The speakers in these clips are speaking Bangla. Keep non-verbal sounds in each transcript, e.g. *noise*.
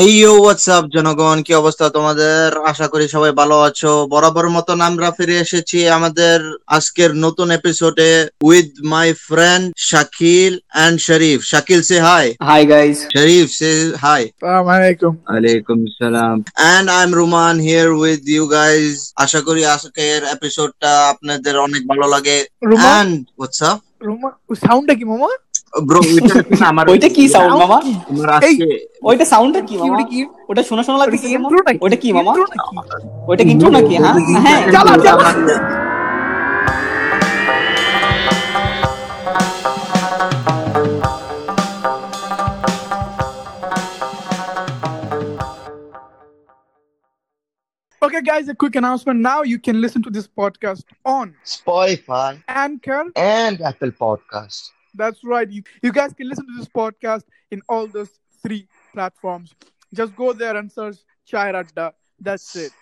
এই ইউ হোয়াটসঅ্যাপ জনগণ কি অবস্থা তোমাদের আশা করি সবাই ভালো আছো বরাবর মতন আমরা ফিরে এসেছি আমাদের আজকের নতুন এপিসোডে with my friend Shakil and Sharif Shakil say hi Hi guys. Sharif say hi Assalamualaikum. আলাইকুম সালাম and I am Ruman here with you guys আশা করি আজকের এপিসোডটা আপনাদের অনেক ভালো লাগে Ruma, এন্ড হোয়াটসঅ্যাপ Ruma, soundটা কি মামা? *laughs* ব্রো আমার ওইটা কি সাউন্ড মামা আমার আজকে ওইটা সাউন্ডটা কি কি মামা ওটা কি? ওটা শোনা শোনা ওটা লাগতেছে কি কেন? intro নাকি? ওটা কি মামা Intro নাকি? ওইটা কিন্তু নাকি হ্যাঁ হ্যাঁ চালা, চালা। Okay, guys, a quick announcement. Now you can listen to this podcast on Spotify, Anchor. and Apple Podcast. That's right. You, you guys can listen to this podcast in all those three platforms. Just go there and search Chai Radda. That's it.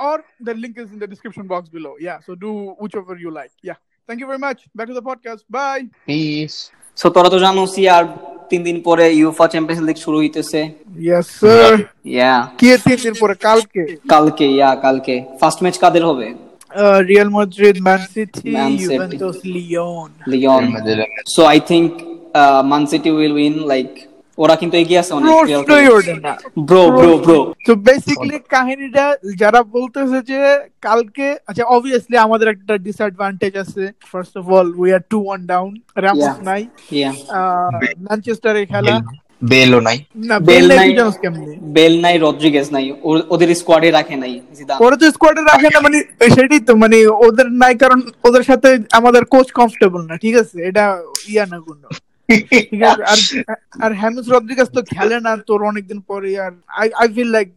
Or the link is in the description box below. Yeah, so do whichever you like. Yeah. Thank you very much. Back to the podcast. Bye. Peace. So তোরা তো জানো সি আর তিন দিন পরে ইউফা চ্যাম্পিয়ন্স লিগ শুরু হইতেছে Yes, sir. ইয়া কে তিন দিন পরে কালকে কালকে ইয়া কালকে ফার্স্ট ম্যাচ কাদের হবে Real Madrid Man City Man City. Juventus Lyon Lyon so I think Man City will win like ওরা কিন্তু এগিয়ে আছে অনেক ব্রো ব্রো ব্রো তো বেসিক্যালি কাহিনীটা যারা বলতেছে যে কালকে আচ্ছা অবভিয়াসলি আমাদের একটা ডিসঅ্যাডভান্টেজ আছে first of all we are two one down Ramos Yeah. নাই ইয়া ম্যানচেস্টারে খেলা বেলও নাই না বেল বেল নাই। নাই জানোস কেমনে বেল নাই রদ্রিগেজ নাই ও- ওদের স্কোয়াডে রাখে নাই জিদান ওরা তো স্কোয়াডে রাখে না মানে সেটাই তো মানে ওদের নাই কারণ ওদের সাথে আমাদের কোচ কমফোর্টেবল না ঠিক আছে এটা ইয়া না কোনো ঠিক আছে আর আর হ্যামিস রদ্রিগাস তো খেলে না তোর অনেকদিন পরে আর I I feel like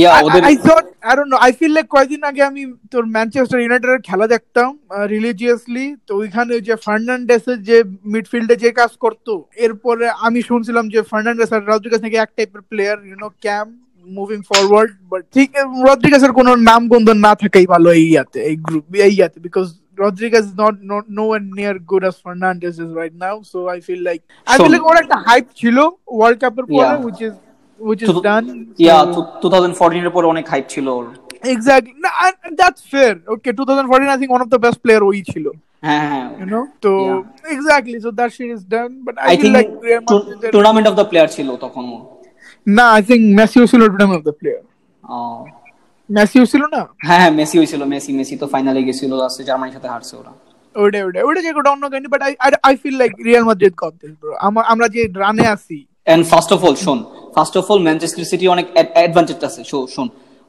yeah ওদের I thought I don't know I feel like কয়েকদিন আগে আমি তোর ম্যানচেস্টার ইউনাইটেডের খেলা দেখতাম রিলিজিয়াসলি তো ওইখানে ওই যে ফার্নান্ডেস যে মিডফিল্ডে যে কাজ করতো এরপরে আমি শুনছিলাম যে ফার্নান্ডেস আর রদ্রিগাস নাকি এক টাইপের player you know came moving forward but ঠিক রদ্রিগাসের কোনো নাম গন্ধ না থাকাই ভালো এই ইয়াতে এই গ্রুপ এই ইয়াতে because Rodriguez is not, not nowhere near good as Fernandez is right now, so I feel like I feel So- like ওর একটা hype ছিল World Cup এর পরে, Yeah. which is which is তো- done. Yeah So- two thousand fourteen এর পর অনেক হাইপ ছিল ওর Exactly. No, and, and that's fair. Okay, 2014, I think one of the best player ওই ছিল, হ্যাঁ হ্যাঁ you know? So, exactly. So that shit is done. But I, I feel think like Real Madrid... tournament of the player ছিল তখন ও না, I think Messi ছিল tournament of the player. আহ, Messi ছিল না? হ্যাঁ হ্যাঁ মেসি হয়েছিল মেসি মেসি তো ফাইনালে গেছিল লাস্টে জার্মানির সাথে হারছে ওরা ওটাই ওটাই ওটা যে অন্য কাহিনী but I I feel like Real Madrid got this bro আমরা যে রানে আছি এন্ড ফার্স্ট অফ অল শোন first of all Manchester City অনেক অ্যাডভান্টেজ আছে শো- শোন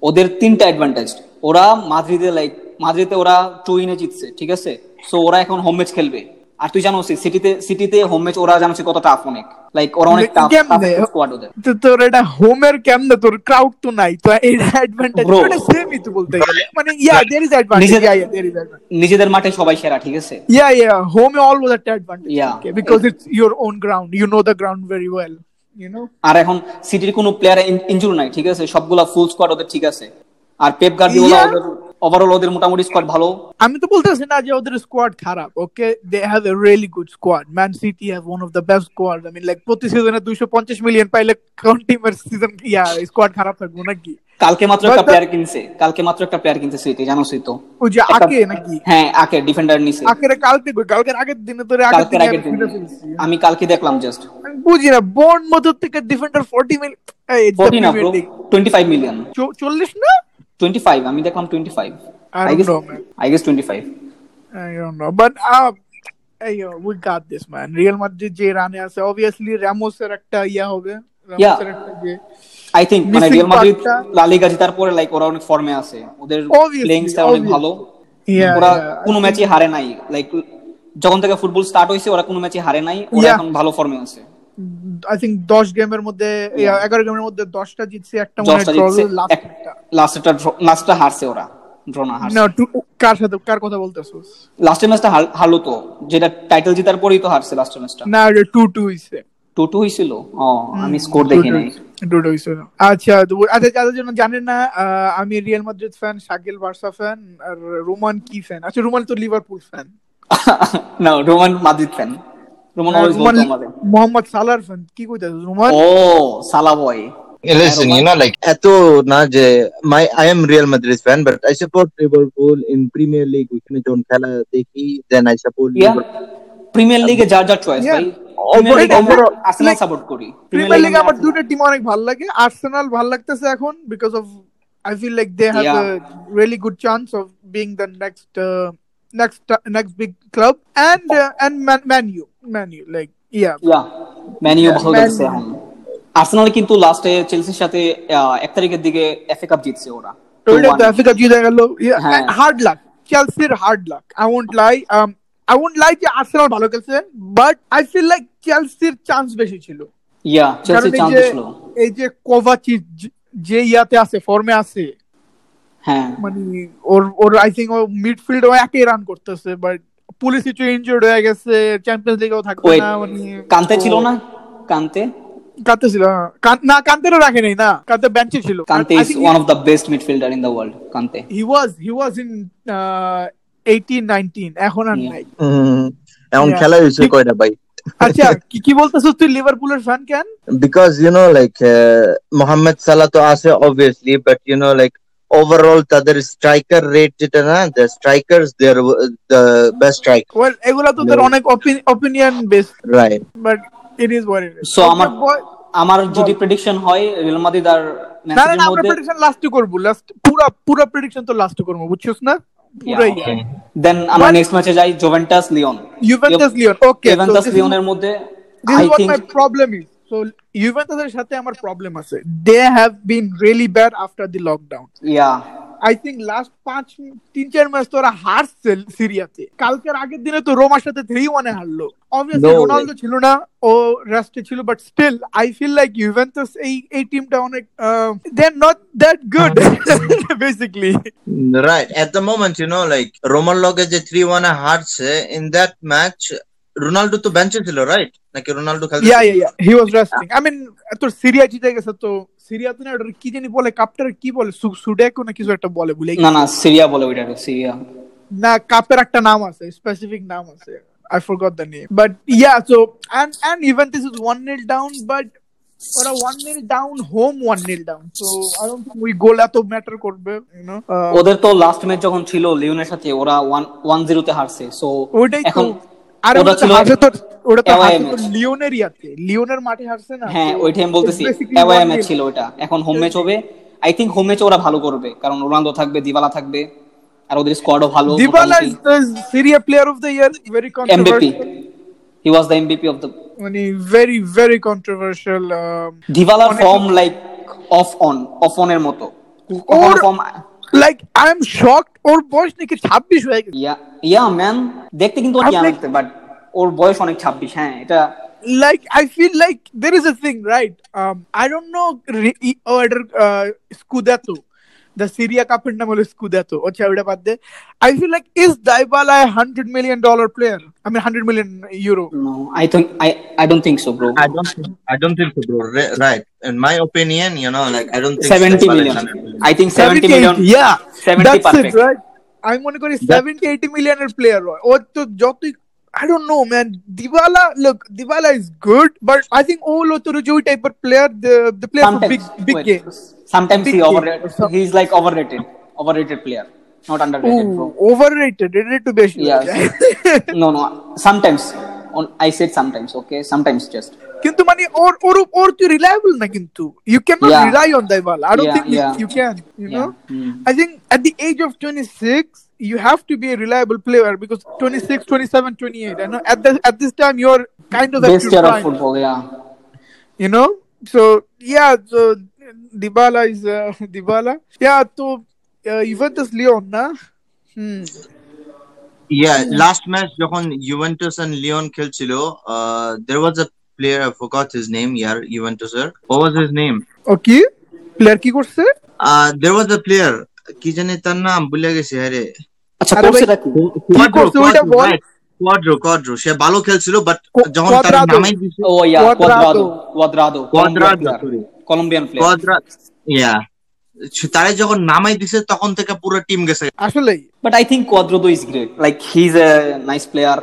ওদের তিনটা অ্যাডভান্টেজ ওরা মাদ্রিদে লাইক মাদ্রিদে ওরা টু ইনে জিতছে ঠিক আছে সো ওরা এখন হোম ম্যাচ খেলবে আর তুই জানো সিটিতে সিটিতে হোম ম্যাচ ওরা জানো কত টাফ অনেক লাইক ওরা অনেক টাফ কেমনে? স্কোয়াড ওদের তো তোর এটা হোমের কেমনে তোর ক্রাউড তো নাই *laughs* তো এটা অ্যাডভান্টেজ Bro. ওটা সেমই তো বলতে গেলে মানে ইয়া দেয়ার ইজ অ্যাডভান্টেজ নিজের- yeah yeah there is advantage নিজেদের মাঠে সবাই সেরা ঠিক আছে Yeah, yeah. Home always at advantage. Yeah. Okay, because it's your own ground. You know the ground very well. You know. আর এখন সিটির কোনো প্লেয়ার ইনজুরি নাই ঠিক আছে সবগুলা ফুল স্কোয়াড ওদের ঠিক আছে আর পেপ গার্দিওলা Yeah. ওদের ওভারঅল ওদের মোটামুটি স্কোয়াড ভালো আমি তো বলতেছি না যে ওদের স্কোয়াড খারাপ okay they have a really good squad Man City have one of the best squad I mean like প্রতি সিজনে দুইশো পঞ্চাশ মিলিয়ন পাইলে কোন টিমের সিজন ইয়া স্কোয়াড খারাপ থাকবো নাকি কালকে মাত্র একটা But the- প্লেয়ার কিনছে কালকে মাত্র একটা প্লেয়ার কিনছে সিটি জানো সিটি তো ওই যে একটা- আকে নাকি হ্যাঁ আকে ডিফেন্ডার নিছে আকের কালকে কালকের আগের দিনে তোরে আগের কালকের দিনে আগের দিন ফিরে ফেলছি। আমি কালকে দেখলাম জাস্ট আমি বুঝি না বোন মতো থেকে ডিফেন্ডার ফোর্টি মিল ফোরটি না ব্রো টোয়েন্টি ফাইভ মিলিয়ন চল্লিশ না টোয়েন্টি ফাইভ আমি দেখলাম twenty five I I don't guess know, man. I guess twenty five I don't know, but uh, hey, yo, we got this, man. Real Madrid যে রানে আছে obviously Ramos এর একটা ইয়া হবে Yeah. Ramos এর একটা যে আই থিঙ্ক মানে Missing রিয়াল মাদ্রিদ partটা- লালিগা জেতার পরে লাইক ওরা অনেক ফর্মে আছে ওদের Obviously, প্লেইং স্টাইল অনেক obviously. ভালো Yeah, ওরা yeah. কোনো ম্যাচে হারে নাই লাইক যখন থেকে ফুটবল স্টার্ট হয়েছে ওরা কোনো ম্যাচে হারে নাই ওরা Yeah. এখন ভালো ফর্মে আছে I think 10 গেমের মধ্যে yeah, 11 গেমের মধ্যে 10টা জিতছে একটা মনে হয় দশটা draw জিতছে last একটা লাস্টটা লাস্টটা হারছে ওরা ড্র না হারছে না টু- কার সাথে কার কথা বলতেছস লাস্টের ম্যাচটা হারলো তো যেটা টাইটেল জেতার পরেই তো হারছে লাস্টের ম্যাচটা না এটা 2-2 হইছে টু টু হয়েছিল ও Hmm, আমি স্কোর দেখি নাই *laughs* দুটো হইছে না। আচ্ছা তো আচ্ছা যাদের জন্য জানেন না আহ, আমি Real Madrid fan Shakil Barca fan আর রোমান কি ফ্যান আচ্ছা রোমান তো লিভারপুল ফ্যান না Roman Madrid fan Roman always বলতো আমাদের Oh, মোহাম্মদ সালার ফ্যান কি কইতাছস রোমান ও সালা boy Listen, you know, like এত না যে my I am Real Madrid fan but I support Liverpool in Premier League ওইখানে যখন খেলা দেখি then I support yeah Premier লিগে যার যার চয়েস Hmm. Yeah. ভাই Overall- overall- Arsenal like, support করি প্রিমিয়ার লিগে আমার Arsenal- দুটো টিম অনেক ভালো লাগে আর্সেনাল ভালো লাগতেছে এখন because of I feel like they have Yeah. A really good chance of being the next next next big club and and Man U Man U like yeah yeah Man U ভালো Man- লাগছে এখন আর্সেনাল কিন্তু লাস্টে চেলসির সাথে আহ, এক তারিখের দিকে এফএ কাপ জিতছে ওরা ওইটা তো 2-1 আফ্রিকা জিতে গেল হ্যাঁ। হার্ড লাক চেলসির hard luck I won't lie I won't lie যে আর্সেনাল ভালো খেলছে বাট আই ফিল লাইক চেলসির চান্স বেশি ছিল ইয়া চেলসি কারণ এই চান্স যে ছিল এই যে কোভাচিচ যে- যে ইয়াতে আছে ফর্মে আছে হ্যাঁ মানে ওর ওর আই থিঙ্ক ও মিডফিল্ড ও একই রান করতেছে বাট পুলিশ কিছু ইনজুর্ড হয়ে গেছে চ্যাম্পিয়ন্স লিগেও থাকবে Wait, না মানে কান্তে ছিল না কান্তে কাঁদতে ছিল হ্যাঁ। কান- না কান্তেরও রাখে নাই না কান্তে বেঞ্চে ছিল Kante is one of the best midfielder in the world Kante he was he was in eighteen nineteen uh, এখন আর Yeah. নাই Mm-hmm. এমন Yeah. খেলা হয়েছে Be- কয়টা ভাই আচ্ছা কি কি বলতেছো তুই লিভারপুলের ফ্যান কেন because you know like uh, Mohamed Salah তো আছে obviously but you know like overall তাদের striker rate যেটা না the strikers they are uh, the best striker well এগুলা তো তোর No. অনেক opinion based right but it is what it is so আমার আমার যদি প্রেডিকশন হয় রিয়াল মাদ্রিদ আর না না ম্যানসিটির না আমরা মধ্যে প্রেডিকশন লাস্ট করব লাস্ট পুরো পুরো প্রেডিকশন তো লাস্ট করব বুঝছিস না পুরাই Yeah, okay. দেন আমরা But- নেক্সট ম্যাচে যাই Juventus Lyon Juventus Lyon, okay, so Juventus this is- লিওনের মধ্যে this I is what think my problem is so ইউভেন্টাসের সাথে আমার প্রবলেম আছে they have been really bad after the lockdown yeah I think last পাঁচ তিন চার ম্যাচ তো ওরা হারছে সিরিয়াতে কালকের আগের দিনে তো রোমার সাথে থ্রি ওয়ানে হারলো অবভিয়াসলি No way. রোনালদো ছিল না ও রেস্টে ছিল but still I feel like Juventus এই এই টিমটা অনেক they are not that *laughs* good basically right at the moment you know like রোমার লগে যে 3-1 এ হারছে eh, in that match Ronaldo তো বেঞ্চে ছিল রাইট নাকি রোনাল্ডো খেলতে yeah yeah yeah he was resting I mean তোর সিরিয়া জিতে গেছে তো সিরিয়াতে না ওটার কি জানি বলে কাপটার কি বলে সুডেক না কিছু একটা বলে ভুলে গেছি। না না সিরিয়া বলে ওইটা সিরিয়া না কাপের একটা নাম আছে স্পেসিফিক নাম আছে I forgot the name but yeah so and and even this is 1 nil down but ওরা 1 nil down home 1 nil down so I don't think ওই গোল এত ম্যাটার করবে Uh, ইউ নো ওদের তো লাস্ট ম্যাচ যখন ছিল লিওনের সাথে ওরা ওয়ান ওয়ান জিরোতে হারছে সো ওইটাই তো এখন আর ওটা ওটা তো ছিল- হারছে তো ওটা তো LIM হারছে তো match। লিওনের ইয়াতে লিওনের মাঠে হারছে না হ্যাঁ So, ওইটাই আমি বলতেছি it's basically অ্যাওয়ে 1-0 ম্যাচ ছিল ওটা এখন হোম ম্যাচ হবে আই থিংক হোম ম্যাচে ওরা ভালো করবে কারণ রোনালদো থাকবে দিবালা থাকবে আর ওদের স্কোয়াডও ভালো Dybala is the Syria player of the year. Very MVP controversial. He was the MVP of the মানে very, very controversial. Um, দিবালার অনেক- form like off on off on এর মতো ওর form like I am shocked. ওর বয়স নাকি 26 হয়ে গেছে। ইয়া ইয়া ম্যান দেখতে কিন্তু I'm ইয়াং like- লাগতে বাট ওর বয়স অনেক 26 হ্যাঁ এটা Like I feel like there is a thing, right? Um, I don't know. re- e- ও এটার, uh, Scudetto. The Syria Cup এর নাম হলো Scudetto. আচ্ছা, ওটা বাদ দে। I feel like is Dybala a hundred million dollar player? I mean hundred million euro. No I think I I don't think so bro I don't think, I don't think so, bro. Re- right. In my opinion, you know, like I don't think 70 Dybala is million 100 million. I think 70 million yeah 70 that's perfect. it right আমি মনে করি সেভেন্টি এইটি মিলিয়নের প্লেয়ার হয় ও তো যতই I don't know man Dybala look Dybala is good but I think ও লো তোর যে ওই টাইপের player the player for big sometimes big wait, games sometimes Big he game. overrated he's like overrated overrated player not underrated bro overrated it is too বেশি হয়ে Yes. যায়। *laughs* no no sometimes on i said sometimes okay sometimes just কিন্তু মানে ওর ওর ওর তুই রিলায়েবল না কিন্তু you can not Yeah. Rely on Dybala I don't Yeah, think yeah. You can you Yeah. No Hmm. I think at the age of 26 you have to be a reliable player because 26 27 28 i know at this at this time you're kind of at best your year of prime. football yeah you know so yeah so dibala is uh, *laughs* dibala yeah to uh, juventus leon na hmm. Yeah, last match যখন Juventus and Leon খেলছিল, uh, there was a player I forgot his name. Yeah, Juventus এর. What was his name? okay player কি করছে Uh, there was a player. কি জানি তার নাম ভুলে গেছি আরে আচ্ছা আরে করছে ভাই, নাকি কোয়াড্রো করছে ওইটা বল? কোয়াড্রো কোয়াড্রো সে ভালো খেলছিল বাট কো- যখন তার কোয়াদ্রাদো। নামে দিছে ও yeah Cuadrado. Cuadrado Cuadrado Cuadrado, sorry. Colombian player কোয়াড্রা yeah তারে যখন নামাই দিছে তখন থেকে পুরো টিম গেছে আসলে but I think Cuadrado is great like he is a nice player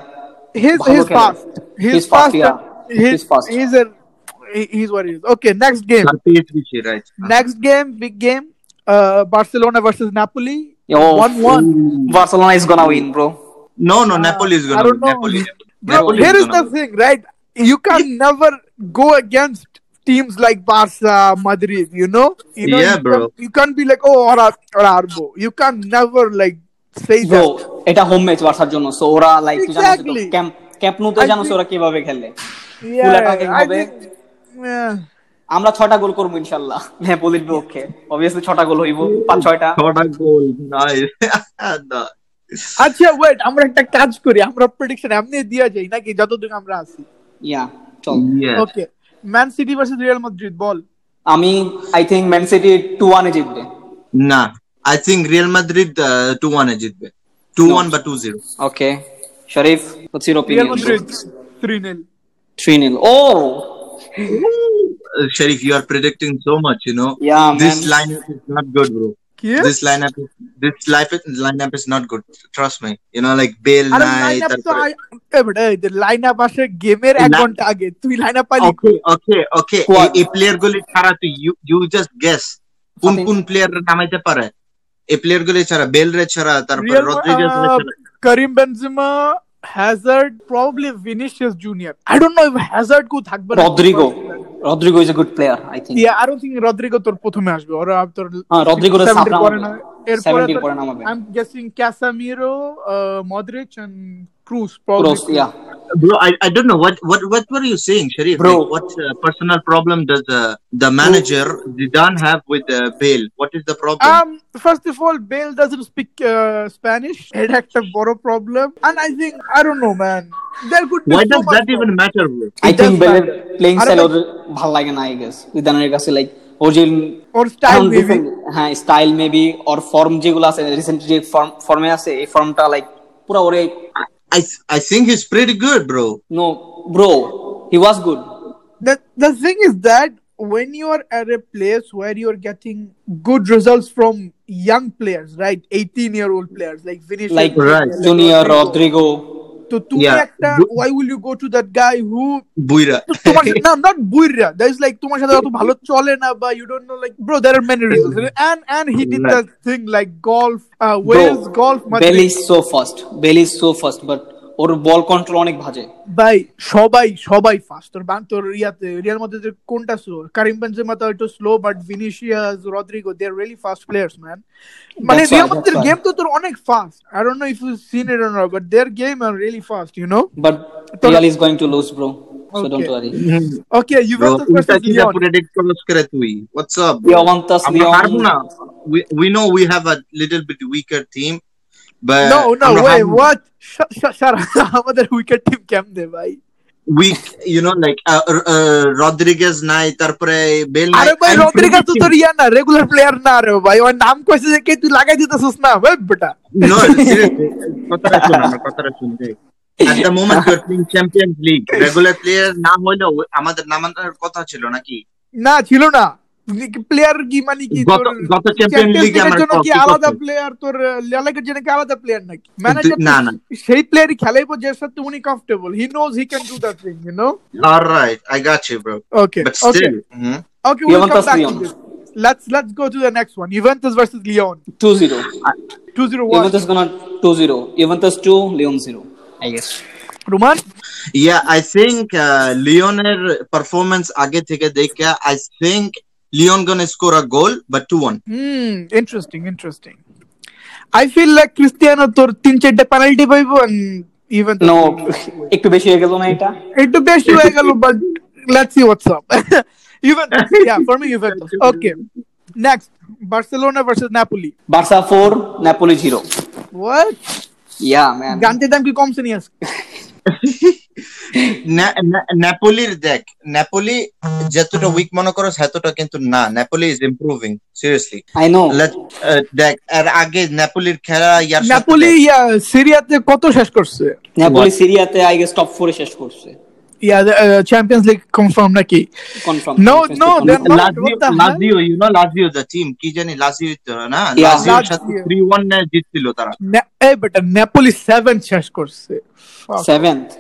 his ভালো his খেলে। past his He's fast, past yeah. his He's fast. he's a he- he's what he is. Okay, next game. আর PSV, right? Next game, big game. Uh, Barcelona versus Napoli. Oh, One one. Barcelona is gonna win, bro. No, no, Napoli is I gonna don't win. know. Napoli. Bro, Napoli here is gonna the thing, right? You can never go against teams like Barca, Madrid. You know, you know, Yeah, you bro. Can, you can't be like, oh, or Arbo. You can never like say Bro, that. এটা হোম ম্যাচ বার্সার জন্য সো ওরা লাইক Exactly. ক্যাম্প ক্যাম্প নুতে I জানো think- ওরা কিভাবে খেলে Full Yeah, attacking I হবে। think. Yeah. আমরা ছয়টা গোল করবো ইনশাল্লাহ হ্যাঁ বলির বিপক্ষে অবভিয়াসলি ছটা গোল হইব পাঁচ ছয়টা What a goal. Nice. *laughs* The- আচ্ছা ওয়েট আমরা একটা কাজ করি আমরা প্রেডিকশন এমনি দিয়া যাই নাকি যতদিন আমরা আছি ইয়া চল Yeah. Okay Man City versus Real Madrid বল আমি I think Man City two ওয়ানে জিতবে না I think Real Madrid two ওয়ানে জিতবে টু ওয়ান বা টু জিরো ওকে শরীফ হচ্ছে your Real opinion Madrid 3-0 three nil ও Uh, Sharif, you are predicting so much, you know. Yeah, this man. lineup is not good, bro. কি This lineup, is, this life is, lineup is not good. Trust me. You know, like Bale, আরে Nye, লাইন আপ তো তারপরে- লাইন আপ আসে গেমের এক Line- ঘন্টা আগে তুই লাইন আপ পালি Okay, okay, okay. Squad. এই- এই প্লেয়ার গুলি ছাড়া তুই ইউ ইউ জাস্ট গেস কোন আপনি- কোন প্লেয়ার নামাইতে পারে এই প্লেয়ার গুলি ছাড়া বেল রে ছাড়া তারপরে রিয়াল রদ্রিগেজ রে uh, ছাড়া Karim Benzema Hazard probably Vinicius Junior I don't know Hazard কো থাকবে না। Rodrigo Rodrigo is a good player I think Yeah, I don't think Rodrigo তোর প্রথমে আসবে। ওরা আর তোর হ্যাঁ, Rodrigo তো 70 সাত পরে নামাবে। না- এরপরে 70 তোর- পরে নামাবে। I'm guessing Casemiro, uh, Modric and Kroos Kroos probably. Yeah Bro, I, I don't know what what what were you saying, Sharif? Bro. Like, what uh, personal problem does uh, the manager Zidane have with uh, Bale? What is the problem? Um, first of all, Bale doesn't speak uh, Spanish. এটা একটা বড় problem. And I think, I don't know, man. There could be Why so does much that more. even matter, bro? I It think does বেলের matter. প্লেইং আরে স্টাইল ভাই- ওর ভাল লাগে না আই গেস উদানের কাছে লাইক ওর যে Or style এখন maybe. different- হ্যাঁ স্টাইল মেবি ওর ফর্ম যেগুলো আছে রিসেন্ট যে ফর্মে আছে এই ফর্মটা লাইক পুরা ওরে I I think he's pretty good, bro. No bro he was good the the thing is that when you are at a place where you're getting good results from young players, right? 18 year old players like Vinicius, like Right. Junior Rodrigo So তুমি Yeah. একটা why will you go to that guy who *laughs* Buira. তো *laughs* তোমার না not বুইরা that is like তোমার সাথে অত ভালো চলে না বা you don't know like bro there are many *laughs* reasons and and he did Right. that thing like golf uh, Wales golf Madrid. বেলি সো ফাস্ট বেলি সো ফাস্ট বাট ওর বল কন্ট্রোল অনেক ভাজে ভাই সবাই সবাই ফাস্ট তোর বান তোর ইয়াতে রিয়াল মাদ্রিদের কোনটা স্লো কারিম বেনজেমা তো একটু slow but Vinicius Rodrigo they are really fast players man মানে That's why, রিয়াল that's মাদ্রিদের why. গেম তো তোর অনেক fast I don't know if you seen it or not but their game are really fast you know but Real is going to lose bro so Okay. Don't worry okay Bro, উল্টা ইউভেন্টাস ভার্সেস চিন্তা লিওন predict করস করে তুই। What's up? bro? লিওমান্তাস আমরা হারবো না। Lyon We we know we have a little bit weaker team, but no no আমরা ওয়ে হারবো না। হোয়াট সারা *laughs* আমাদের উইকেট টিম কেমনে ভাই weak, you know, like uh, uh, Rodriguez নাই তারপরে বেল নাই আরে ভাই I'm রদ্রিগো তো predicting- তোর ইয়া না রেগুলার প্লেয়ার না রে ভাই ওর নাম কইছে যে কে তুই লাগাই দিতেছিস না ভাই বেটা No, seriously, কথাটা শোন আমার কথাটা শুন রে। At the moment you are playing Champions League. Regular player না হলেও আমাদের নামানোর কথা ছিল নাকি? না ছিল না প্লেয়ার কি মানে কি গত- তোর গত চ্যাম্পিয়ন চ্যাম্পিয়ন্স লিগে লিগের আমরা জন্য টপ-ই কি আলাদা করতে। প্লেয়ার তোর লেলাকের জন্য কি আলাদা প্লেয়ার নাকি ম্যানেজার না, না। সেই প্লেয়ারই খেলাইবো যে সাথে উনি comfortable he knows he can do that thing you know All right, I got you, bro. Okay But okay still, mhm. Okay will come Juventus back to Lyon. This let's let's go to the next one Juventus versus Lyon 2-0. 201 Juventus gonna 2-0. Juventus 2, Leon 0. I guess. Roman yeah, I think uh, লিওনের performance আগে থেকে দেখে I think Lyon gonna score a goal, but 2-1. Hmm interesting interesting I feel like Cristiano তোর তিন চারটা পেনাল্টি পাইবো এন্ড ইভেন্টাস No, একটু বেশি হয়ে গেল না এটা? একটু বেশি হয়ে গেল but let's see what's up *laughs* Juventus yeah for me Juventus okay next Barcelona versus Napoli Barca 4, Napoli 0. What Yeah, man. গান্তের দাম কি কমছে *laughs* নিয়ে আসছে ন্যা- ন্যা- ন্যাপোলির দেখ ন্যাপোলি যতটা উইক মনে করো এতটা কিন্তু না Napoli is improving seriously I know. Oh. uh, দেখ এর আগে ন্যাপোলির খেলা ইয়ার সাথে নাপোলি দেখ। ইয়া সিরিয়াতে কত শেষ করছে Napoli সিরিয়াতে I guess top 4 এ শেষ করছে। ইয়া চ্যাম্পিয়ন্স লিগ কনফার্ম নাকি Confirm. No, Confirm. no, they're not. Lazio What the hell? Lazio you know Lazio the team কি জানি লাজিও তো না Yeah. লাজিওর সাথে Lazio. 3-1 নে জিতছিল তারা eh, নে- এই বেটা নাপোলি 7 শেষ করছে Fuck. Seventh.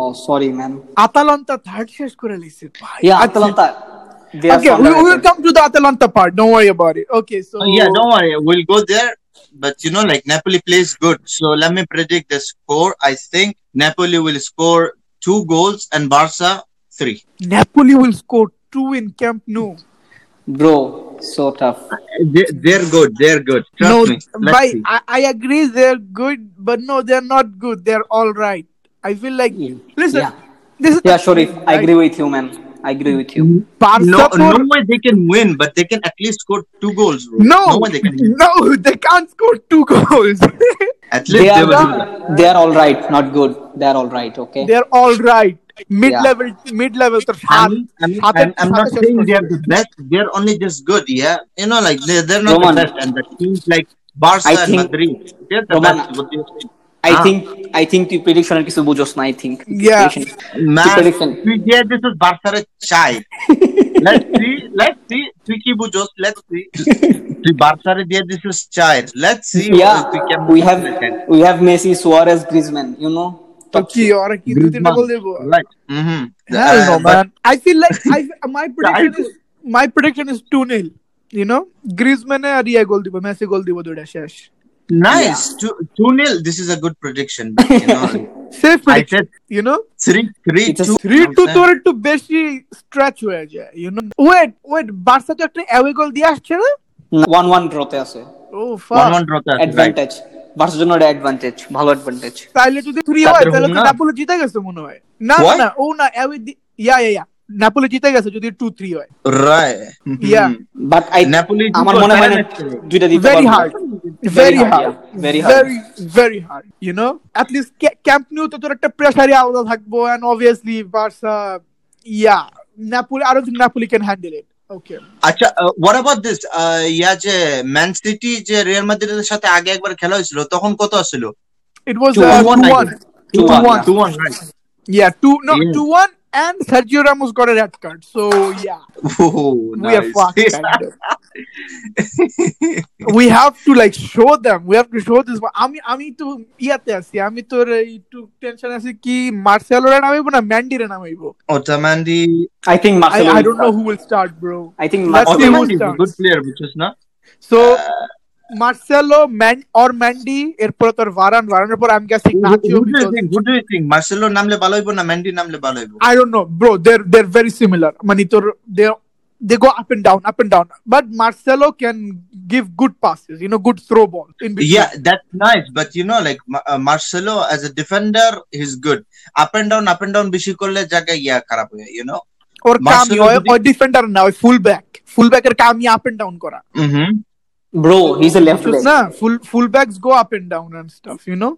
Oh, sorry, man. Atalanta third শেষ করে লিছে ভাই Yeah, আচ্ছা। Atalanta. They are Okay, from we the- we will come to the Atalanta part. Don't worry about it. Okay, so Uh, yeah, don't worry. We'll go there. But you know, like Napoli plays good. So let me predict the score. I think Napoli will score two goals and Barca three. Napoli will score two in Camp Nou. Bro, so tough. They, they're good. They're good. Trust no, me. Let's by see. I, I agree they're good, but no, they're not good. They're all right. I feel like Yeah. listen, Yeah. this is Yeah, Sharif, I agree with you, man. I agree with you. Barca No, for- no way they can win, but they can at least score two goals. Bro. no, no way they can win. no, they can't score two *laughs* goals. At least They they, are, will win. they are all right, not good. They are all right, okay? they're all right. Mid level, mid level. তো সাত- I'm, I'm, সাতে- I'm, I'm not সাতে শেষ saying they are করবে। the best. They're only just good. Yeah, you know, like they, they're not Roman. the best. And the teams like Barca I and think- Madrid, they're the Roman, best. What do you think? I Ah. think I think the prediction is bujos na I think. Yeah. Prediction. Man, prediction. তুই যে দিস বার্সারে চাই *laughs* লেটস সি লেটস সি তুই কি বুঝোস লেটস সি তুই বার্সারে দিয়ে দিস চাই লেটস সি তুই Yeah, কেমন we have we have Messi, Suarez, Griezmann, you know. তো কি ওরা কি দুই তিনটা গোল দেবো right hmm Uh, Hell no, man. I feel like I, *laughs* my prediction is my prediction is 2 0. You know, Griezmann আর ইয়ে ইয়া গোল দিব মেসি গোল দিব দুইটা শেষ nice 2 nil this is a good prediction man, you know *laughs* safe I said you know 3 3 It's a 2 three two তোর একটু বেশি স্ট্রেচ হয়ে যায় you know wait wait Barca তো একটা অ্যাওয়ে গোল দিয়ে আসছে না One one draw-তে আছে। ও 1 ফাক 1 ড্রতে আছে রাইট Advantage. বার্সার জন্য অ্যাডভান্টেজ ভালো অ্যাডভান্টেজ তাহলে যদি থ্রি তাদের হয় তাহলে তো হুমনা। নাপোলি জিতে গেছে মনে হয় না না, What? না ও না away yeah yeah yeah Napoli জিতে গেছে যদি টু থ্রি হয় right Yeah. Hmm। But I Napoli আমার দুটো মনে হয় না penalty ছিল। দুইটা দিতে very পারবে। hard very Very hard hard, yeah. Very hard. very very hard you know at least ca- camp new তো তোর একটা প্রেসারই আলাদা থাকবো and obviously barca yeah napoli i don't think napoli can handle it okay আচ্ছা what about this yeah Uh, যে ম্যান সিটি যে রিয়াল মাদ্রিদের সাথে আগে একবার খেলা হয়েছিল তখন কত ছিল it was Two uh, one, I 2-1 Two one, 2-1 yeah. 2-1 right yeah 2 no Yeah. 2-1 and sergio ramos got a red card so yeah Oh, we are fucked *laughs* nice. kind of. *laughs* we have to like show them we have to show this আমি আমি তো ইয়াতে আছি আমি তোর একটু টেনশন আছে কি মার্সেলোরা নামাইবো না ম্যান্ডিরে নামাইবো Oh, Otamendi. I think I, Marcelo I don't know who will start, bro. I think Let's see Otamendi is a who starts. good player, which is not. So Marcelo, Man or Mandy, এরপর তোর Varan, Varan পর I'm guessing Who, Nacho who do you because Ah, think? Who do you think? Marcelo নামলে ভালো হইব না ম্যান্ডি নামলে ভালো হইব? I don't know, bro. They're they're very similar. মানে তোর they they go up and down, up and down. But Marcelo can give good passes, you know, good throw ball in between. Yeah, that's nice. But you know, like Ma- uh, Marcelo as a defender, he's good. Up and down, up and down বেশি করলে জায়গায় ইয়া খারাপ হয়ে, you know? Or come Marcelo নয় যদি- ওর ডিফেন্ডার না ওই ফুল ব্যাক ফুল ব্যাকের কামই আপ এন্ড ডাউন করা Mm-hmm. Bro he is a left back না full full backs go up and down and stuff you know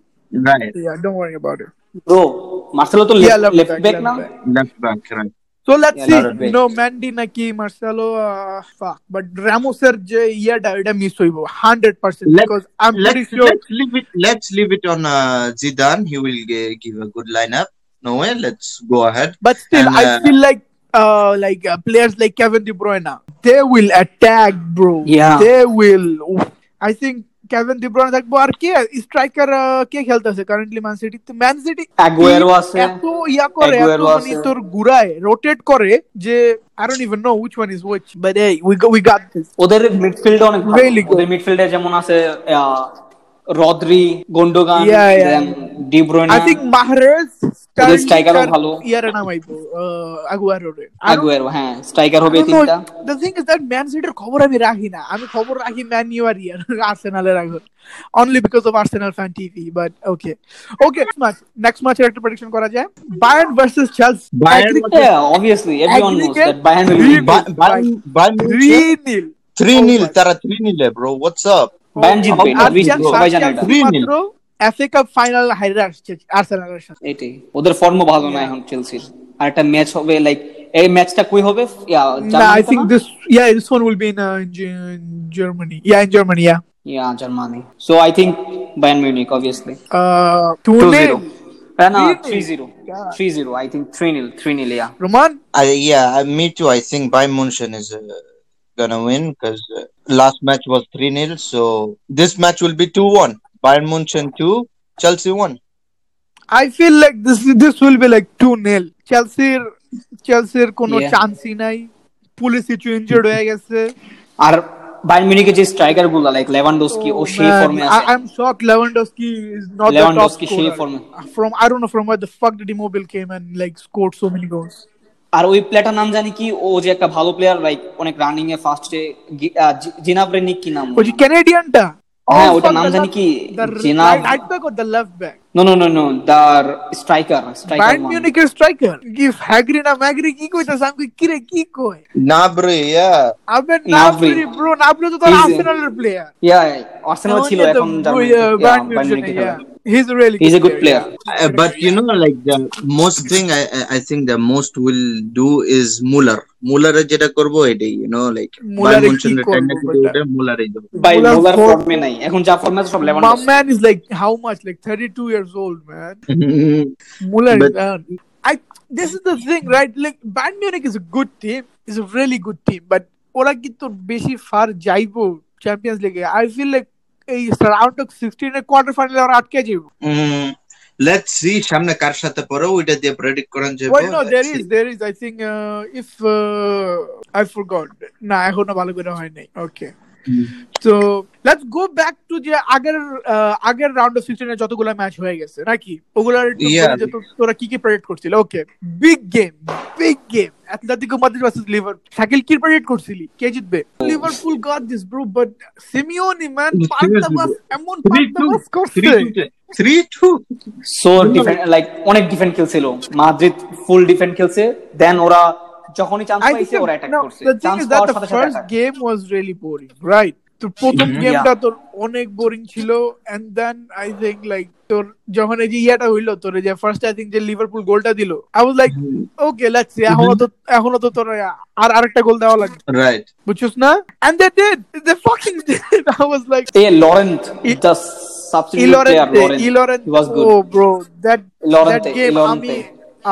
Right. Yeah don't worry about it bro Marcelo তো Yeah, left left back, back left না back. Left back, right. So let's Yeah, see. not a big- No, Mandy Naki, Marcelo, uh, fuck. But Ramos sir, J, yeah, Davida miss hoibo 100% Let- because I'm pretty Let's, sure. let's leave it. Let's leave it on uh, Zidane. He will g- give a good lineup. No way. Let's go ahead. But still, And, I uh, feel like uh, like uh, players like Kevin De Bruyne, they will attack, bro. Yeah. They will. I think Kevin De Bruyne থাকবো আর কে স্ট্রাইকার কে খেলতেছে currently Man City Man City Aguero আছে। এত ইয়া করে এত Aguero মানে আছে। তোর ঘুরায় রোটেট করে যে I don't even know which one is which but এই উই উই গট দিস ওদের মিডফিল্ড অনেক ভালো Really good. ওদের মিডফিল্ডে যেমন আছে আহ, Rodri Gundogan Yeah, yeah. Then De Bruyne I think Mahrez ওদের striker ও ভালো। ইয়ারে নামাইবো আহ, uh, Aguero রে I don't- আগুয়েরো হ্যাঁ স্ট্রাইকার হবে I এই don't know. তিনটা The thing is that Man City-র খবর আমি রাখি না আমি খবর রাখি ম্যান ইউ আর ইয়ার আর্সেনালের এখন only because of Arsenal fan TV but okay okay next match next ম্যাচের একটা প্রেডিকশন করা যায় Bayern versus Chelsea Bayern versus- obviously everyone knows Aggregate that Bayern will three Ba- Bayern, Bayern, 3 nil Three Oh nil, my- তারা three nil এ, bro. What's up? বায়ার্ন জিতবে Oh, এটা Arsenal বুঝ- সবাই জানে এটা। 3 nil. মাত্র এফএ কাপ ফাইনাল হাইরে আসছে আর্সেনালের সাথে এটাই ওদের ফর্ম ভালো না এখন চেলসির আর একটা ম্যাচ হবে লাইক এই ম্যাচটা কই হবে ইয়া Nah, I জার্মানিতে think না? this yeah this one will be in, uh, in Ge- in Germany yeah in Germany yeah Yeah, Germany. So I think Bayern Munich, obviously. uh, 2 two 0. nil Uh, no, 3-0. 3 0. God. 3 0. I think 3 0. 3 0, yeah. Roman I, yeah, I- me too. I think Bayern Munchen is uh, gonna win because uh, last match was 3 nil, so this match will be 2 1. Bayern Munchen 2, Chelsea 1. I feel like this this will be like 2 nil. Chelsea Chelsea কোনো Yeah. চান্সই নাই পুলিশই ইনজুর্ড হয়ে গেছে আর বায়ার্ন মিউনিখের যে স্ট্রাইকার গুলো লাইক লেভানডোস্কি Oh, ও সেই ফর্মে আছে I am shock Lewandowski is not the top Lewandowski, সেই স্কোরার form এ। From I don't know from where the fuck did Immobile came and like scored so many goals আর ওই প্লেটার নাম জানি কি ও যে একটা ভালো প্লেয়ার লাইক অনেক রানিং এ ফার্স্টে জিনাবরে নিক কি নাম ওই যে ক্যানাডিয়ানটা হ্যাঁ, ওটার নাম জানি কি? জেনা- right back or the left back no no no no the striker striker Bayern মিউনিখের স্ট্রাইকার গিফ হ্যাগ্রি না ম্যাগ্রি কি কইতাছ আমি কই, কিরে কি কই না ব্রো ইয়া আবে না, নাফরি ভাই। ব্রো নাফরি তো তার He's- আর্সেনালের প্লেয়ার ইয়া আর্সেনাল ছিল এখন uh, He's a really is a good player Uh, but you know, like the most thing I, I- I think the most will do is Muller. Muller এর যেটা করবো এটাই, eh, you know, like Muller Bayern A München কি এর করবো tendency but- uh, ওটা Muller এই দেবে। বাই Muller's মোলার goal- ফর্মে নাই এখন যা ফর্মে আছে সব My Lewandowski man is like how much? Like 32 years old, man. *laughs* Muller is But- man. I this is the thing, right? Like Bayern Munich is a good team. It's a really good team, but ওরা কিন্তু বেশি ফার যাইবো চ্যাম্পিয়ন্স লিগে আই ফিল লাইক এই রাউন্ড অফ সিক্সটিন এর কোয়ার্টার ফাইনালে ওরা আটকে যাইবো Mm, let's see সামনে কার সাথে পরে ওইটা দিয়ে predict করান যাবে। ওই no Let's there see. Is there is I think if I forgot uh, না এখনো ভালো করে হয় নাই ওকে তো লেটস গো ব্যাক টু যে আগের আহ, আগের রাউন্ড অফ সিক্সটিনে যতগুলো ম্যাচ হয়ে গেছে নাকি ওগুলোর একটু Yeah. বলে যে তো- তোরা কি কি প্রেডিক্ট করছিল okay big game big game Atletico Madrid versus Liverpool Shakil কি প্রেডিক্ট করছিলি কে জিতবে Liverpool got this bro but Simeone man Oh. Seriously, পাল্টা bro. বাস এমন Three পাল্টা two, বাস করছে three two তে- three two? So defend like অনেক ডিফেন্ড খেলছিল মাদ্রিদ ফুল ডিফেন্ড খেলছে দেন ওরা যখনই চান্স I think পাইছে ওরা that, অ্যাটাক no, করছে the thing chance is that পাওয়ার the সাথে সাথে first attack. game was really boring, right? তো প্রথম Mhm. গেমটা তোর অনেক বোরিং ছিল and then I think like তোর যখন এই যে ইয়াটা হইলো তোর এই যে ফার্স্ট আই থিংক যে লিভারপুল গোলটা দিল I was like Mm-hmm. Okay let's see এখনো তো এখনো তো তোর আর আরেকটা গোল দেওয়া লাগবে Right. বুঝছিস না and they did they fucking did I was like a Llorente the substitute player Llorente Llorente Llorente he was good ও bro that that Llorente, game Llorente. আমি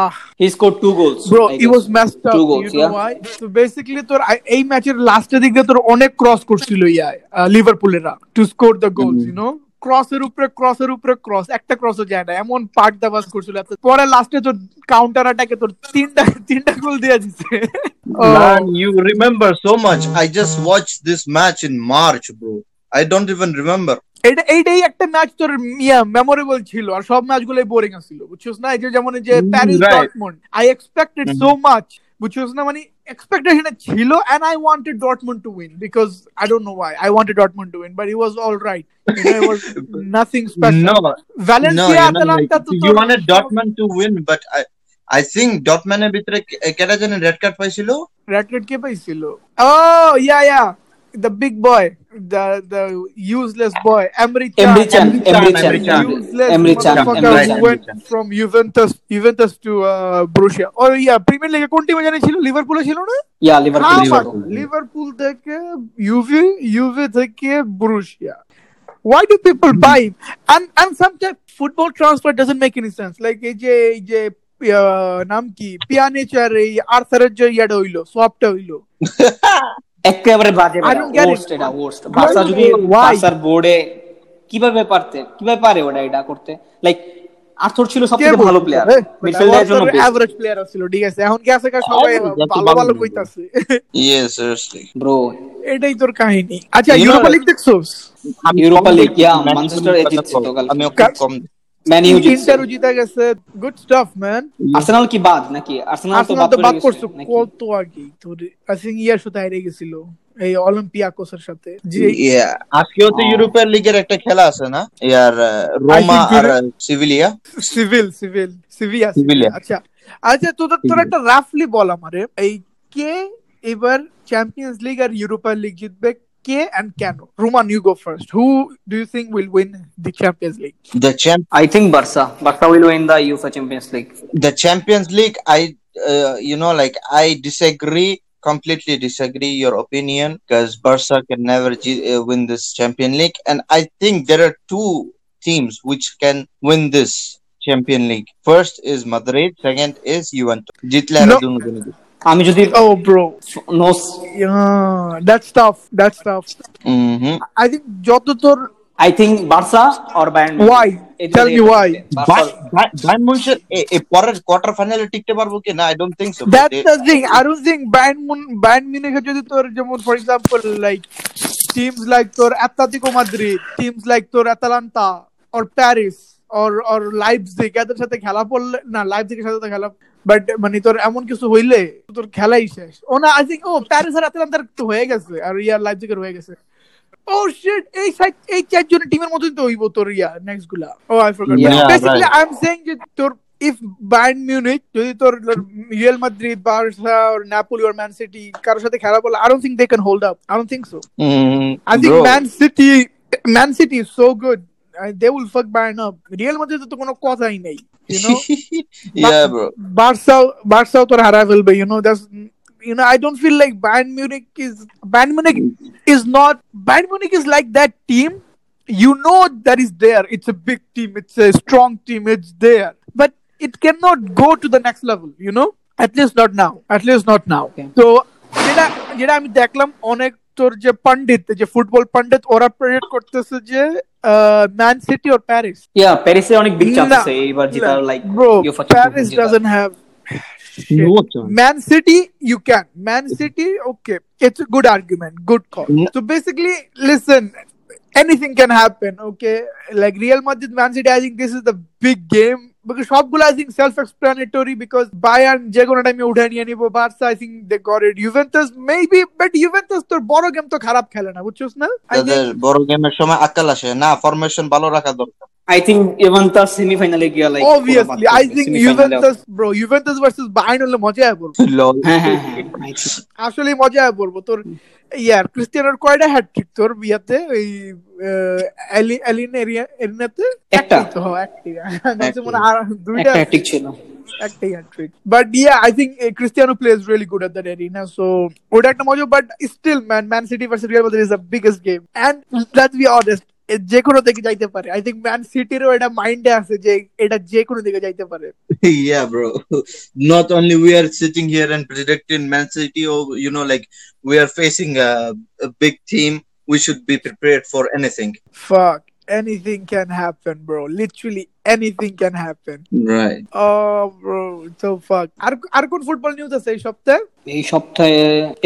আহ he score two goals bro it was messed up Two you goals, know yeah. why so basically তোর আই- এই ম্যাচের লাস্টের দিক দিয়ে তোর অনেক ক্রস করছিল uh, ইয়া লিভারপুলেরা to score the goals Mm-hmm. You know ক্রসের উপরে ক্রসের উপরে ক্রস একটা ক্রসও যায় না এমন পাক দাবাজ করছিল এত। পরে লাস্টে তোর কাউন্টার অ্যাটাকে তোর তিনটা তিনটা গোল দিয়ে দিচ্ছে Man, you remember so much. I just watched this match in March, bro. I don't even remember. এটা এইটাই একটা ম্যাচ তোর ইয়া মেমোরেবল ছিল আর সব ম্যাচগুলোই বোরিং ছিল বুঝছস না এই যে যেমন এই যে hmm, Paris right. Dortmund I expected so much বুঝছস না মানে এক্সপেকটেশন ছিল and I wanted Dortmund to win because I don't know why I wanted Dortmund to win but he was alright it was *laughs* nothing special No, No, Valencia you know, like, Atalanta তো you wanted Dortmund to win, but I, I think eh, Dortmund এর ভিতরে কে- কেটা জানি red card পাইছিল? রেড রেড কে পাইছিল ও yeah yeah the big boy the the useless boy এমরিচা Emre Can, Emre Can, Emre Can. useless Emre Can, motherfucker Emre who Can. went from Juventus Juventus to uh, Borussia or yeah Premier League কোন টিমে জানি ছিল লিভারপুলে ছিল না ইয়া লিভারপুল আমার লিভারপুল থেকে ইউভি ইউভি থেকে Borussia why do people Mm-hmm. buy him? and and sometimes football transfer doesn't make any sense like এই যে এই যে আহ, নাম কি পিয়ানিচার এই আর্থারের যে ইয়াটা হইলো সোয়াপটা হইলো একেবারে বাজে I don't get it. Worst এটা ওয়ার্স্ট বার্সা don't যদি know why. বার্সার বোর্ডে কিভাবে পারতে কিভাবে পারে ওটা এটা করতে লাইক আর্থর ছিল সবথেকে ভালো প্লেয়ার হ্যাঁ, মিডফিল্ডের জন্য এভারেজ প্লেয়ার ছিল ঠিক আছে এখন গেছে কা সবাই আরে, যত ভালো ভালো ভালো player। কইতাছে *laughs* Yes, seriously. ব্রো এটাই তোর কাহিনী আচ্ছা You know- ইউরোপা লিগ দেখছোস Europa League yeah Manchester Manchester এ কথা জিতছে তো বল। কাল আমি ওকে কম ম্যান ইউ জিতছে ইন্টার জিতা গেছে গুড স্টাফ ম্যান আর্সেনাল কি বাদ নাকি আর্সেনাল তো আর্সেনাল বাদ তো করে বাদ গেছে করছে নাকি? কত আগে তোর আই থিং ইয়ার সাথে হারে গেছিল এই eh, অলিম্পিয়াকোসের সাথে যে Yeah, আজকেও তো Oh. ইউরোপের লিগের একটা খেলা আছে না ইয়ার Ruma I think R Euro- সিভিলিয়া civil civil সিভিয়া Sevilla. আচ্ছা আচ্ছা তোদের তোর একটা রাফলি বল আমারে Eh, এই কে এবার চ্যাম্পিয়ন্স লিগ আর ইউরোপা লিগ জিতবে কে এন্ড কেন Roman you go first who do you think will win the Champions League the champ I think Barca. Barca will win the UEFA Champions League. the Champions League, I, uh, you know, like I disagree completely disagree your opinion because Barca can never g- uh, win this Champion League, and I think there are two teams which can win this Champion League. First is Madrid, second is Juventus. Jitler No. Arjun Gunnigul. আমি যদি ও bro no that's tough that's tough Mhm. I think যত তোর I think Barca or Bayern why এই Tell me why. Bayern Munich এই পরের কোয়ার্টার ফাইনালে টিকতে পারবো কি না I don't think so That's the thing. I don't think Bayern Mun Bayern Munich যদি তোর যেমন for example like teams like তোর Atletico Madrid, teams like তোর Atalanta or Paris or or Leipzig এদের সাথে খেলা পড়লে না Leipzig এর সাথে তো খেলা বাট মানে তোর এমন কিছু হইলে তোর খেলাই শেষ ও না আই থিংক ও প্যারিস আর আতালান্তার তো হয়ে গেছে আর ইয়ার লাইপজিগ এর হয়ে গেছে ও শিট Oh, এই সাইড এই চারজন টিমের মতই তো হইব তোর ইয়া নেক্সট গুলা Oh, O I forgot Yeah, basically right. I am saying যে তোর ইফ বায়ার্ন মিউনিক যদি তোর Real Madrid Barca or Napoli or Man City কারোর সাথে খেলা বলে I don't think they can hold up I don't think so Mm-hmm. I think Man City Man City is so good they will fuck Bayern up Real Madrid তো কোনো কথাই নেই *laughs* you know yeah bro Barca, Barca or Haravel, but you know that's you know I don't feel like Bayern Munich is Bayern Munich is not Bayern Munich is like that team. You know that is there. It's a big team. It's a strong team. It's there, but it cannot go to the next level. You know, at least not now. At least not now. Okay. তো যেটা যেটা আমি দেখলাম অনেক তোর যে পণ্ডিত যে ফুটবল পণ্ডিত ওরা প্রেডিক্ট করতেছে যে ম্যান সিটি ওর প্যারিস ইয়া প্যারিসে অনেক বিগ চান্স না, আছে এইবার না, জেতার like bro, Paris doesn't have shit. Man City, you can. Man City, okay. It's a good argument. Good call. So basically, listen, anything can happen, okay? Like Real Madrid, Man City, I think this is the big game. Because সবগুলো I think self-explanatory because Bayern যে কোনো টাইমে উঠে নিয়ে নিবো Barca I think they got it. Juventus maybe but Juventus তোর বড় গেম তো খারাপ খেলে না বুঝছিস না I think- তাদের বড় গেমের সময় আক্কাল আসে না ফরমেশন ভালো রাখা *laughs* দরকার আই থিংক ইভেন তার সেমিফাইনালে গিয়া like obviously I think Juventus bro Juventus versus Bayern হলে মজা হবে লল হ্যাঁ হ্যাঁ হ্যাঁ I think- আসলে মজা বলবো তোর ইয়ার ক্রিস্টিয়ানোর কয়টা হ্যাটট্রিক তোর বিয়াতে ওই এলিনাতে একটা। তো হ্যাঁ, একটাই। আমার তো মনে হয় আর দুইটা একটা ঠিক ছিল একটাই hat trick but yeah I think Cristiano plays really good at that arena so ওটা একটা মজা but still man Man City versus Real Madrid is the biggest game and let's be honest যে কোনো দিকে যাইতে পারে আই থিংক ম্যান সিটিরও এটা মাইন্ডে আছে যে এটা যে কোনো দিকে যাইতে পারে *laughs* yeah bro not only we are sitting here and predicting man city or you know like we are facing a, a big team we should be prepared for anything fuck anything can happen bro literally anything can happen right Oh, bro, it's so fuck. আর আর কোন ফুটবল নিউজ আছে এই সপ্তাহে এই সপ্তাহে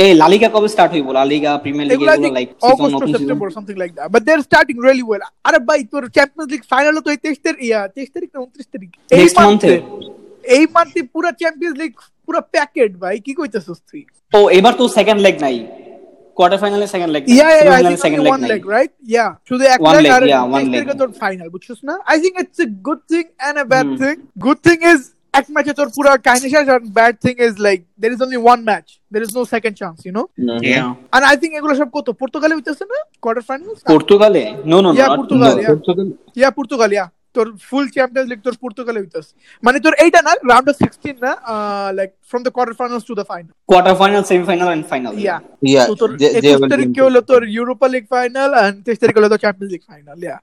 এই লালিকা কবে স্টার্ট হইব লালিগা প্রিমিয়ার লিগ এগুলো এগুলো like August to September something like that but they are starting really well আরে ভাই তোর চ্যাম্পিয়ন্স লিগ ফাইনাল তো এই 23 তারিখ ইয়া 23 তারিখ না 29 তারিখ এই Next month মান্থে এ। এই মান্থে পুরো চ্যাম্পিয়ন্স লিগ পুরো প্যাকেট ভাই কি কইতেছস তুই ও এবার তো সেকেন্ড লেগ নাই কোয়ার্টার ফাইনালে second leg yeah yeah I second think leg one নাই লেগ রাইট ইয়া শুধু এক One লেগ leg, আর yeah, one 23 leg. তারিখে তোর ফাইনাল বুঝছস না I think it's a good thing and a bad Hmm। Thing good thing is এক ম্যাচে তোর পুরো কাহিনী শেষ আর bad thing is like there is only one match there is no second chance you know Yeah. আর আই থিঙ্ক এগুলো সব কত পর্তুগালে হইতেছে না কোয়ার্টার ফাইনাল পর্তুগালে no no yeah Portugal yeah Portugal yeah তোর ফুল চ্যাম্পিয়ন্স লিগ তোর পর্তুগালে হইতেছে মানে তোর এইটা না রাউন্ড অফ সিক্সটিন না like from the quarter finals to the final quarter final semifinal and final yeah yeah তো তোর they- they একুশ will তারিখে win. হলো তোর ইউরোপা লিগ ফাইনাল অ্যান্ড তেইশ তারিখে হলো তোর Champions League final yeah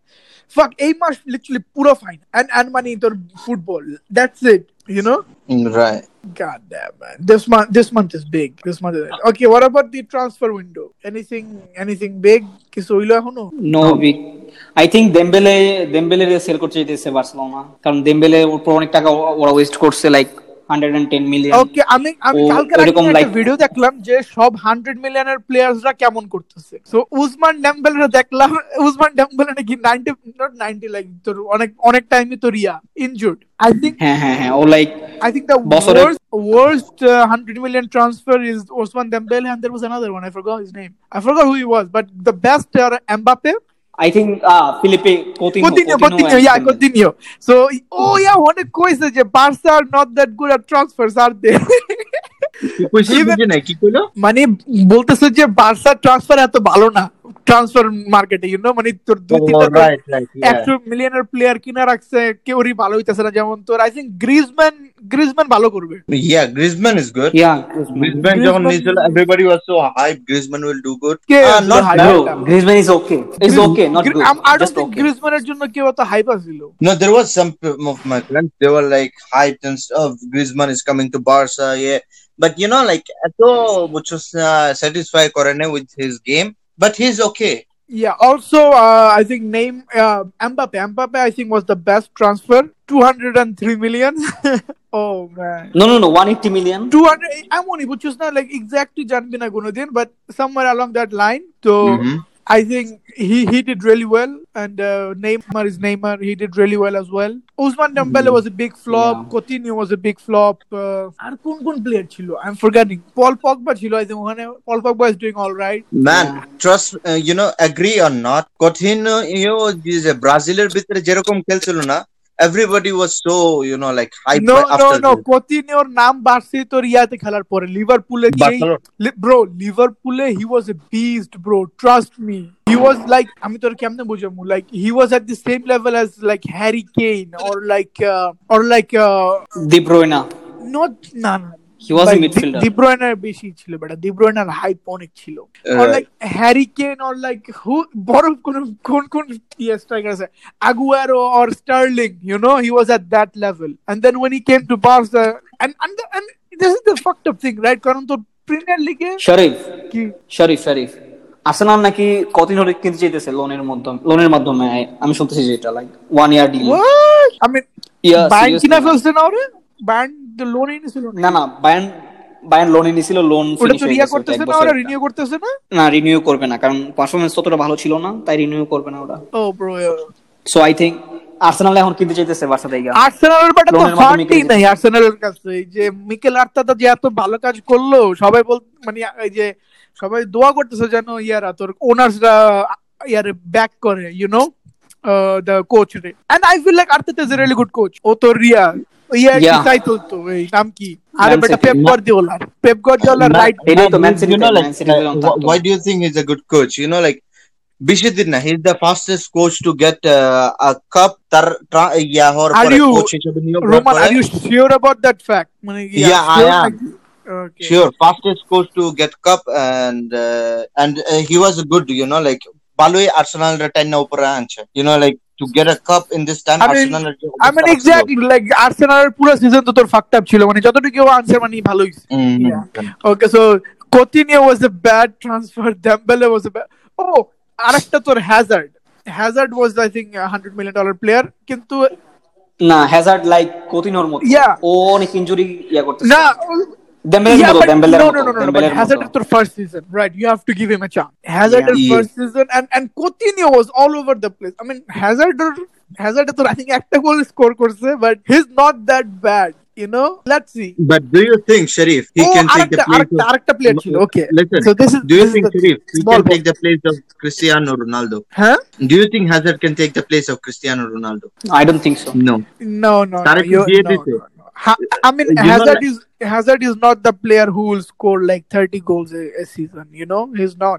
fuck এই মাস লিটারালি পুরো ফাইনাল অ্যান্ড অ্যান্ড মানে তোর football that's it you know Mm, right God damn man. This month this month is big. This month is okay, what about the transfer window? Anything anything big? কিছু হইলো এখনো? No big I think Dembele Dembele sell করতে যেতেছে বার্সেলোনা কারণ দেমবেলে উপর অনেক টাকা ও- ওরা ওয়েস্ট করছে like hundred and ten million okay আমি আমি ও কালকে Oh, এরকম রাতে একটা like- ভিডিও দেখলাম যে সব 100 মিলিয়নের প্লেয়ারসরা কেমন করতেছে সো উসমান ডেম্বেলরা দেখলাম উসমান ডেম্বেল নাকি 90 not 90 লাইক তোর অনেক অনেক টাইমই তো রিয়া ইনজুর্ড আই থিংক হ্যাঁ হ্যাঁ হ্যাঁ ও লাইক I think the বছরে- worst, worst uh, 100 million transfer is Osman Dembele and there was another one. I forgot his name. I forgot who he was, but the best are Mbappe, I think Philippe Coutinho Coutinho, Coutinho, yeah, Coutinho. So, oh yeah, one question, যে Barca are not that good at transfers, are *laughs* they? Even- মানে বলতেছে যে বার্সা ট্রান্সফার এত ভালো না ট্রান্সফার মার্কেটে ইউ নো মানে তোর দুই তিনটা Oh, right right yeah একশো মিলিয়নের প্লেয়ার কিনা রাখছে কেউরই ভালো হইতেছে না যেমন তোর আই থিঙ্ক গ্রিজম্যান গ্রিজম্যান ভালো করবে yeah griezmann is good yeah griezmann যখন নিয়েছিল everybody was so hyped griezmann will do good কে Ah, আসলে not hype? bad. Bro Griezmann is okay is okay not good I don't just think okay গ্রিজম্যানের জন্য কেউ এত হাইপ আসছিল no there was some p- of my friends they were like hyped and stuff griezmann is coming to barca yeah but you know like এত which was uh, satisfied করে না with his game but he's okay Yeah, also, uh, I think name uh, Mbappe. Mbappe, I think, was the best transfer. 203 million. *laughs* oh, man. No, no, no, 180 million. 200, I'm only, but just not like exactly জানবি না কোনোদিন, but somewhere along that line. So, Mhm. I think he, he did really well, and uh, Neymar is Neymar. He did really well as well. Usman Dembele was a big flop. Yeah. Coutinho was a big flop. Uh, আর কোন কোন player ছিল? I'm forgetting. Paul Pogba ছিল I think ওখানে Paul Pogba is doing all right. Man Yeah. Trust you know agree or not কঠিন ইউ যে ব্রাজিলের ভিতরে যেরকম খেলছিল না everybody was so you know like high No, no, no. কোতিনিওর নাম বাড়ছে তোর ইয়াতে খেলার পরে লিভারপুলে যেই ব্রো লিভারপুলে he was a beast bro trust me he was like আমি তোর কেমনে বুঝাবো like he was at the same level as like Harry Kane or like or like De Bruyne. Not uh, না না He was a like, midfielder. Di- De Bruyne এর বেশি ছিল বেটা ডি ব্রয়নার হাইপ অনেক ছিল Uh, or uh, like Harry Kane or like who Borov Kun Kun Kun yes strikers Aguero or Sterling, you know, he was at that level. And then when he came to Barca and and, the, and this is the fucked up thing, right? কারণ তোর প্রিমিয়ার লিগে Sharif. কি Sharif, Sharif. আর্সেনাল নাকি কতদিন ধরে কিনতে চাইতেছে লোনের মাধ্যমে লোনের মাধ্যমে আমি শুনতেছি যেটা like one year deal what? I mean Yeah, Bayern seriously. কিনা ফেলছে না ওরে বায়ার্ন লোন এনেছিল না না বায়ান বায়ান লোনে নিছিল লোন ওটা তো রিয়া করতেছে না ওরা রিনিউ করতেছে না না রিনিউ করবে না কারণ পারফরমেন্স ততটা ভালো ছিল না তাই রিনিউ করবে না ওরা ও bro so I think Arsenal এখন কিনতে চাইতেছে বার্সা থেকে আর্সেনালের ব্যাটা তো Loan এর মাধ্যমে হার্টই কিনে নাই আর্সেনালের কাছে এই যে মিকেল আর্তাতা যে এত ভালো কাজ করলো সবাই বল মানে এই যে সবাই দোয়া করতেছে যেন ইয়ারা তোর ওনার্সরা ইয়ারে ব্যাক করে ইউ নো দ্য কোচ রে and I feel like Arteta is really good coach ও তো রিয়া ইয়া Yeah. তাই তো তো এই নাম কি আরে Man বেটা City. Pep Guardiola Pep Guardiola Man- right এটাই তো Man City you know like Man City wh- why do you think he's a good coach you know like বেশি দিন না he's the fastest coach to get uh, a cup তার tra- ইয়া হওয়ার Are পরে you- coach হিসেবে নিয়োগ রোমান হওয়ার আর পরে you sure about that fact মানে Yeah, I am. Okay uh, sure fastest coach to get cup and uh, and uh, he was good you know like ভালোই আর্সেনাল রে টাইম না উপরে আনছে you know like to get a cup in this time I mean- Arsenal I mean exactly like আর্সেনালের পুরো সিজন তো তোর ফাকড আপ ছিল মানে যতটুকু আনসার মানে ভালো হইছে Yeah. Mm-hmm. Okay so Coutinho was a bad transfer Dembele was a ও আরেকটা তোর Hazard Hazard was I thing hundred million dollar player কিন্তু না হ্যাজার্ড লাইক কোতিনোর মতো Yeah. ও অনেক ইনজুরি ইয়া করতেছে না দেম্বেলের Yeah, মতো but দেম্বেলের no, মতো no, no, no, no. But দেম্বেলের Hazard মতো। is their first season, right? You have to give him a chance. Hazard Yeah. is Yeah. first season, and and Coutinho was all over the place. I mean, Hazard, or- Hazard, is, I think, একটা goal score করছে, but he's not that bad. You know, let's see. but do you think Sharif he oh, can take the আরেকটা place আরেকটা of- আরেকটা player ছিল okay Listen, so this is do you this is think the Sharif he small can ball. take the place of Cristiano Ronaldo huh do you think Hazard can take the place of Cristiano Ronaldo I don't think so. no no no no, তারা কি you're- দিয়ে no, দিছে? no, no. Ha- I mean You know, Hazard like- is Hazard is not the player who will score like 30 goals a, a season you know he's not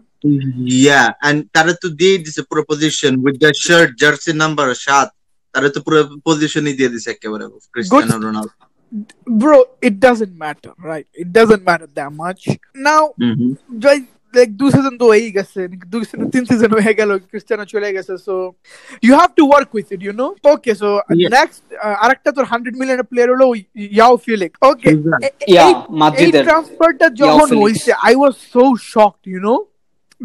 yeah and তারা তো দিয়ে দিছে পুরো position with the shirt jersey number সাত তারা তো পুরো positionই দিয়ে দিছে একেবারে Cristiano Ronaldo bro it doesn't matter right it doesn't matter that much now Mhm. like like দু সিজন তো হয়েই গেছে দু সিজন তিন সিজন হয়ে গেল ক্রিস্টিয়ানো চলে গেছে so you have to work with it you know okay so Yeah. Next আরেকটা তোর হান্ড্রেড মিলিয়ন প্লেয়ার হলো ওই ইয়াও ফিলিক ওকে Exactly. Yeah, এই মাদ্রিদের ট্রান্সফারটা Yao যখন Felix. হইছে I was so shocked you know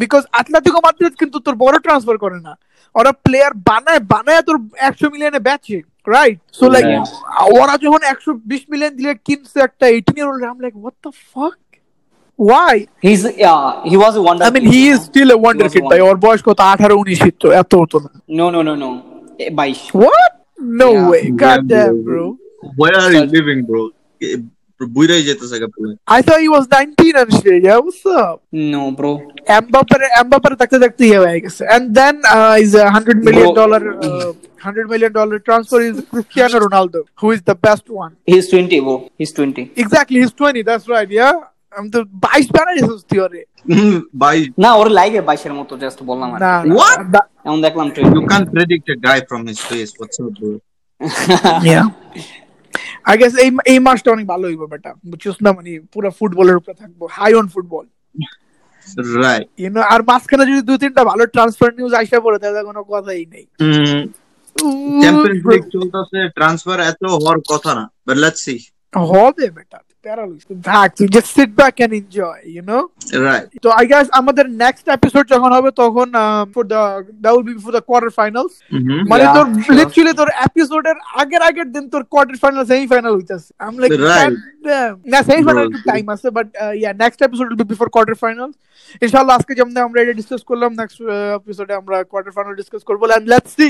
because Atletico Madrid কিন্তু তোর বড় ট্রান্সফার করে না ওরা প্লেয়ার বানায় বানায় তোর একশো মিলিয়নে বেচে রাইট সো লাইক Yeah. ওরা যখন একশো বিশ মিলিয়ন দিলে কিনছে একটা eighteen year old I like what the fuck why He's yeah, he was a wonder. I mean he is still a wonder was kid a ভাই ওর বয়স কত আঠারো উনিশ তো এত হতো না No, no, no, no. Eh, 22. What no Yeah. Whoa god damn Yeah, bro where are you living bro বুইরাই যেতেছে গা *laughs* পুরো I thought he was 19 and shit yeah what's up No, bro. এমবাপার এমবাপার দেখতে দেখতে ইয়ে হয়ে গেছে uh, and then is hundred million Bro. Dollar hundred million dollar transfer is Cristiano Ronaldo who is the best one He's 20, bro. He's 20. Exactly his twenty that's right yeah আমি তো বাইশ ব্যানার এসেছি থিওরে বাই না ওর লাগে 22 এর মতো জাস্ট বললাম আর না কি। What? এখন দেখলাম you 20 can't predict a guy from his face what's up bro I guess এই এই মাসটা অনেক ভালো হইব বেটা বুঝছিস না মানে পুরো ফুটবলের উপরে থাকবো high on football right you know আর মাঝখানে যদি দু তিনটা ভালো ট্রান্সফার নিউজ আসা পড়ে তাহলে কোনো কথাই নেই mm, উম, চ্যাম্পিয়ন্স লিগ চলতেছে ট্রান্সফার এত হওয়ার কথা না বাট লেটস সি হবে বেটা প্যারা লইছে। থাক তুই just sit back and enjoy you know right তো আই গেস আমাদের নেক্সট এপিসোড যখন হবে তখন um, for the that will be for the quarter finals Mm-hmm. মানে Yeah, তোর sure. লিটারালি তোর এপিসোডের আগের আগের দিন তোর কোয়ার্টার ফাইনাল সেমি ফাইনাল হইতাছে আই এম লাইক Right. না সেমি ফাইনাল একটু Right. টাইম আছে uh, but yeah next episode will be before quarter final ইনশাআল্লাহ আজকে যেমন আমরা এটা ডিসকাস করলাম নেক্সট এপিসোডে আমরা কোয়ার্টার ফাইনাল ডিসকাস করব এন্ড লেটস সি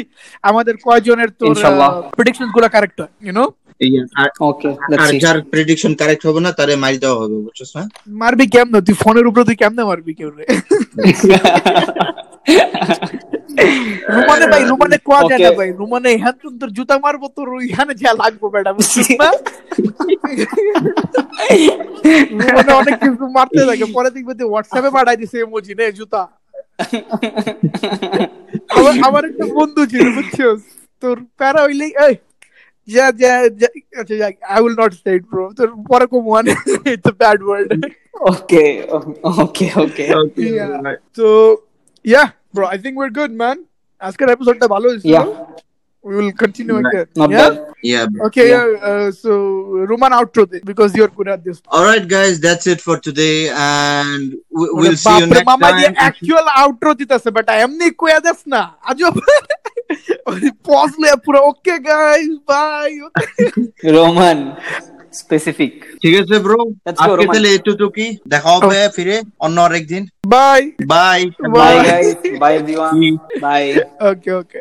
আমাদের কয়জনের তোর ইনশাআল্লাহ। প্রেডিকশনস গুলো কারেক্ট হয় ইউ নো ওকে লেটস আর সি যার প্রেডিকশন কারেক্ট হবে না তারে মারি দেওয়া হবে বুঝছস না মারবি কেমনে তুই ফোনের উপরে তুই কেমনে মারবি কেউ রে রুমানে ভাই রুমানে কোয়া যায় না Okay. ভাই রুমানে হ্যাঁ তুমি তোর জুতা মারবো তোর ওইখানে যা লাগবো ম্যাডাম রুমানে অনেক কিছু মারতে লাগে পরে দেখবে তুই হোয়াটসঅ্যাপে পাঠাই দিছে এমোজি নে জুতা আমার আমার একটা বন্ধু ছিল বুঝছো তোর প্যারা হইলে এই যা যা যা- আচ্ছা যাক I will not say it bro তোর পরে come one it's a bad word okay okay okay Yeah. তো yeah bro I think we are good man আজকের এপিসোডটা ভালো হয়েছিল Yeah. We will continue Right. Again not yeah? Bad Yeah. Okay, yeah. Uh, so Roman outro this because you're good at this. All right, guys, that's it for today, and we- we'll see you বাপরে, next মামা যে time. actual outro দিতাছে বেটা এমনি কইয়া দেস না *laughs* আজব পজ লয়া পুরো okay guys bye Roman specific ঠিক আছে ব্রো Let's go, আজকে Roman. তাহলে এটুটুকি দেখা হবে ফিরে অন্য আরেকদিন bye bye bye Oh. Bye. Guys bye everyone bye okay ওকে